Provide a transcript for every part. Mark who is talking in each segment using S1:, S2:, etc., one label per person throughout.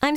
S1: I'm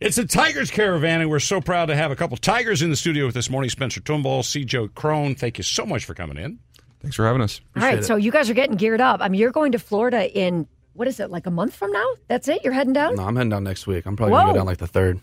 S2: It's the Tigers Caravan, and we're so proud to have a couple Tigers in the studio with this morning. Spencer Turnbull, C. Joe Crone, thank you so much for coming in.
S3: Thanks for having us.
S4: All right, so you guys are getting geared up. I mean, you're going to Florida in what is it, like a month from now? That's it? You're heading down?
S5: No, I'm heading down next week. I'm probably gonna
S4: Whoa.
S5: go down like the third.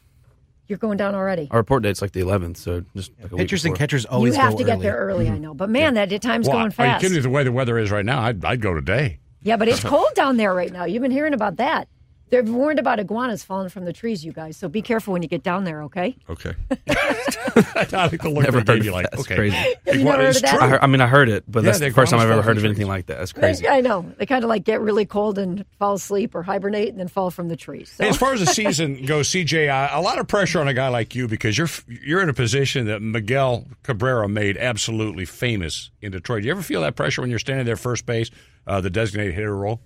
S4: You're going down already.
S5: Our report date's like the 11th, so just like a week
S6: Pitchers and
S5: before.
S6: catchers always
S4: you have
S6: go
S4: to get
S6: early.
S4: there early, I know. But man, that time's
S2: Well,
S4: going
S2: Are you
S4: fast.
S2: kidding me? The way the weather is right now, I'd, I'd go today.
S4: Yeah, but it's cold down there right now. You've been hearing about that. They're warned about iguanas falling from the trees, you guys. So be careful when you get down there, okay?
S3: Okay.
S2: I think the look Never
S5: Never heard
S2: gave
S5: of
S2: you like,
S5: that. That's
S2: okay.
S5: crazy.
S4: Have you never heard of that?
S5: I, heard, I mean, I heard it, but
S2: Yeah,
S5: that's
S2: they
S5: the first time I've
S2: promised
S5: ever heard
S2: all
S5: of
S2: the
S5: anything
S2: trees.
S5: like that. That's crazy.
S4: I know. They kind of like get really cold and fall asleep or hibernate and then fall from the trees. So.
S2: Hey, as far as the season goes, CJ, uh, a lot of pressure on a guy like you because you're you're in a position that Miguel Cabrera made absolutely famous in Detroit. Do you ever feel that pressure when you're standing there first base, uh, the designated hitter role?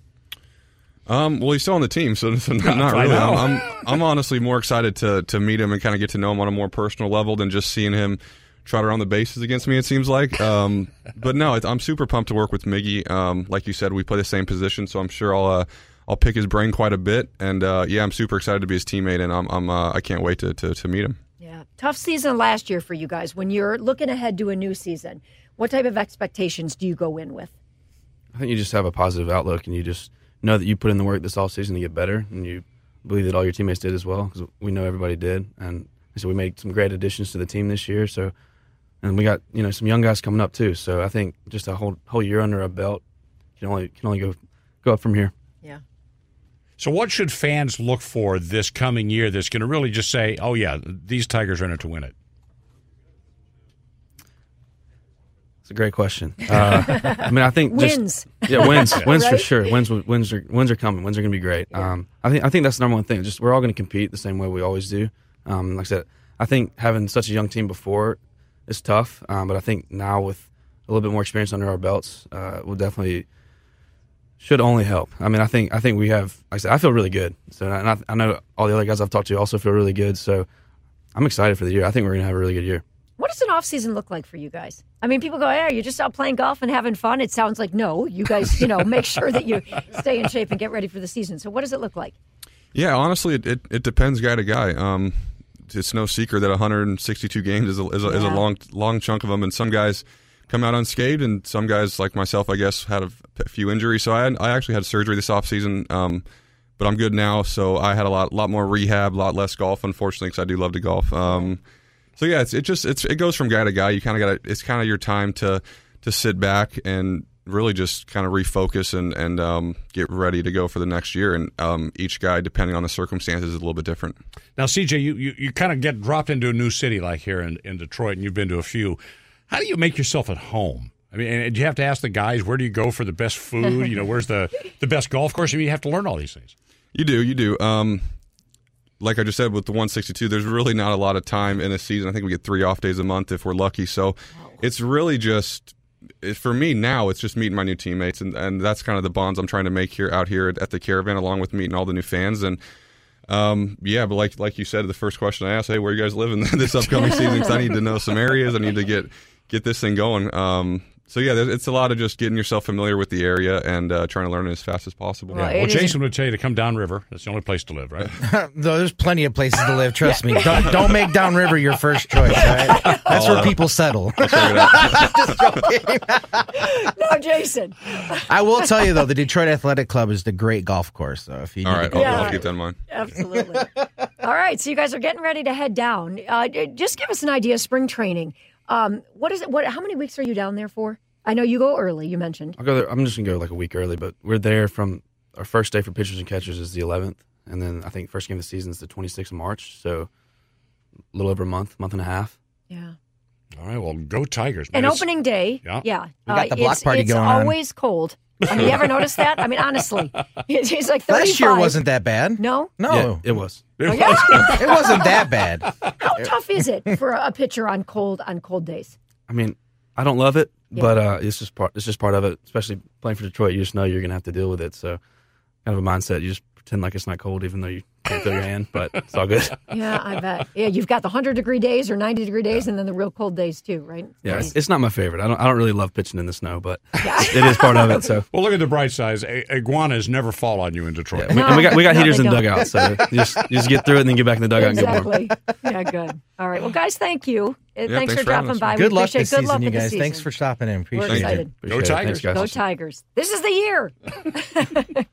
S3: Um, well, he's still on the team, so, so not, not
S2: I
S3: really.
S2: know.
S3: I'm, I'm, I'm honestly more excited to, to meet him and kind of get to know him on a more personal level than just seeing him trot around the bases against me, it seems like. Um, but no, it, I'm super pumped to work with Miggy. Um, like you said, we play the same position, so I'm sure I'll, uh, I'll pick his brain quite a bit. And uh, yeah, I'm super excited to be his teammate, and I'm, I'm, uh, I can't wait to, to, to meet him.
S4: Yeah. Tough season last year for you guys. When you're looking ahead to a new season, what type of expectations do you go in with?
S5: I think you just have a positive outlook, and you just know that you put in the work this off season to get better, and you believe that all your teammates did as well because we know everybody did, and so we made some great additions to the team this year. So, and we got you know some young guys coming up too. So I think just a whole whole year under a belt can only can only go go up from here.
S4: Yeah.
S2: So, what should fans look for this coming year that's going to really just say, oh, yeah, these Tigers are in it to win it?
S5: It's a great question. Uh, I mean, I think just-
S4: Wins.
S5: yeah, wins, wins for
S4: Right?
S5: sure. Wins, wins are wins are coming. Wins are going to be great. Um, I think I think that's the number one thing. Just we're all going to compete the same way we always do. Um, like I said, I think having such a young team before is tough, um, but I think now with a little bit more experience under our belts, uh, will definitely should only help. I mean, I think I think we have. Like I said, I feel really good. So and I, I know all the other guys I've talked to also feel really good. So I'm excited for the year. I think we're going to have a really good year.
S4: What does an off season look like for you guys? I mean, people go, "Yeah, you're just out playing golf and having fun." It sounds like no. You guys, you know, make sure that you stay in shape and get ready for the season. So, what does it look like?
S3: Yeah, honestly, it, it, it depends guy to guy. Um, it's no secret that 162 games is a, is a, is a
S4: Yeah.
S3: long long chunk of them, and some guys come out unscathed, and some guys like myself, I guess, had a f- a few injuries. So I had, I actually had surgery this offseason, um, but I'm good now. So I had a lot lot more rehab, a lot less golf, unfortunately, because I do love to golf. Um, so yeah, it's, it just it's it goes from guy to guy. You kind of got to it's kind of your time to to sit back and really just kind of refocus and and um, get ready to go for the next year. And um, each guy, depending on the circumstances, is a little bit different.
S2: Now, CJ, you, you, you kind of get dropped into a new city like here in, in Detroit, and you've been to a few. How do you make yourself at home? I mean, and do you have to ask the guys where do you go for the best food? You know, where's the, the best golf course? I mean, you have to learn all these things.
S3: You do, you do. Um, like I just said with the 162, there's really not a lot of time in a season. I think we get three off days a month if we're lucky. So it's really just it, for me now. It's just meeting my new teammates, and, and that's kind of the bonds I'm trying to make here out here at, at the caravan, along with meeting all the new fans. And um, yeah, but like like you said, the first question I asked, hey, where you guys living this upcoming season? 'Cause I need to know some areas. I need to get get this thing going. Um, so yeah, there's- it's a lot of just getting yourself familiar with the area and uh, trying to learn it as fast as possible.
S4: Well,
S2: Well,
S4: It is-
S2: Jason would tell you to come downriver. That's the only place to live, right?
S6: Though there's plenty of places to live. Trust me. Don't, don't make downriver your first choice. all right? That's where people settle.
S3: Figure it out.
S4: No, Jason.
S6: I will tell you though, the Detroit Athletic Club is the great golf course. So if you
S3: All
S6: need to
S3: right,
S6: go
S3: I'll, I'll
S4: Yeah.
S3: keep that in mind.
S4: Absolutely. All right, so you guys are getting ready to head down. Uh, j- just give us an idea. of Spring training. Um, what is it? What? How many weeks are you down there for? I know you go early. You mentioned.
S5: I'll go there. I'm just gonna go like a week early, but we're there from our first day for pitchers and catchers is the 11th, and then I think first game of the season is the 26th of March. So a little over a month, month and a half.
S4: Yeah.
S2: All right, well, go Tigers. Man.
S4: And
S2: It's-
S4: opening day.
S2: Yeah.
S4: Yeah. Uh,
S6: We got the block
S4: it's,
S6: party
S4: it's
S6: going on.
S4: always cold. I mean, you ever notice that? I mean, honestly, he's like 35.
S6: Last year wasn't that bad.
S4: No?
S5: Yeah,
S6: No.
S5: it was.
S4: Oh, yeah?
S6: it wasn't that bad.
S4: How tough is it for a pitcher on cold on cold days?
S5: I mean, I don't love it, but uh, it's just part. It's just part of it. Especially playing for Detroit, you just know you're gonna have to deal with it. So, kind of a mindset. You just pretend like it's not cold, even though you can't feel your hand. But it's all good.
S4: Yeah, I bet. Yeah, you've got the 100 degree days or 90 degree days and then the real cold days too, right?
S5: Yeah, it's, it's not my favorite. I don't. I don't really love pitching in the snow, but it is part of it. So,
S2: Well, look at the bright side. I- iguanas never fall on you in Detroit.
S5: and we, and we got we got
S4: No,
S5: heaters
S4: they
S5: in
S4: don't.
S5: dugouts. So you just you just get through it and then get back in the dugout and get warm.
S4: Exactly. yeah, good. All right. Well, guys, thank you. Uh, thanks,
S3: thanks
S4: for
S3: for having
S4: dropping
S3: us.
S4: by.
S6: Good
S4: we
S6: luck
S4: appreciate
S6: this
S4: Good
S6: season,
S4: luck
S6: you
S4: with the
S6: guys.
S4: season.
S6: Thanks for stopping in.
S4: We're
S6: Appreciate it.
S4: excited.
S2: Go
S5: Appreciate it.
S2: Tigers.
S5: Thanks, guys.
S4: Go Tigers. This is the year.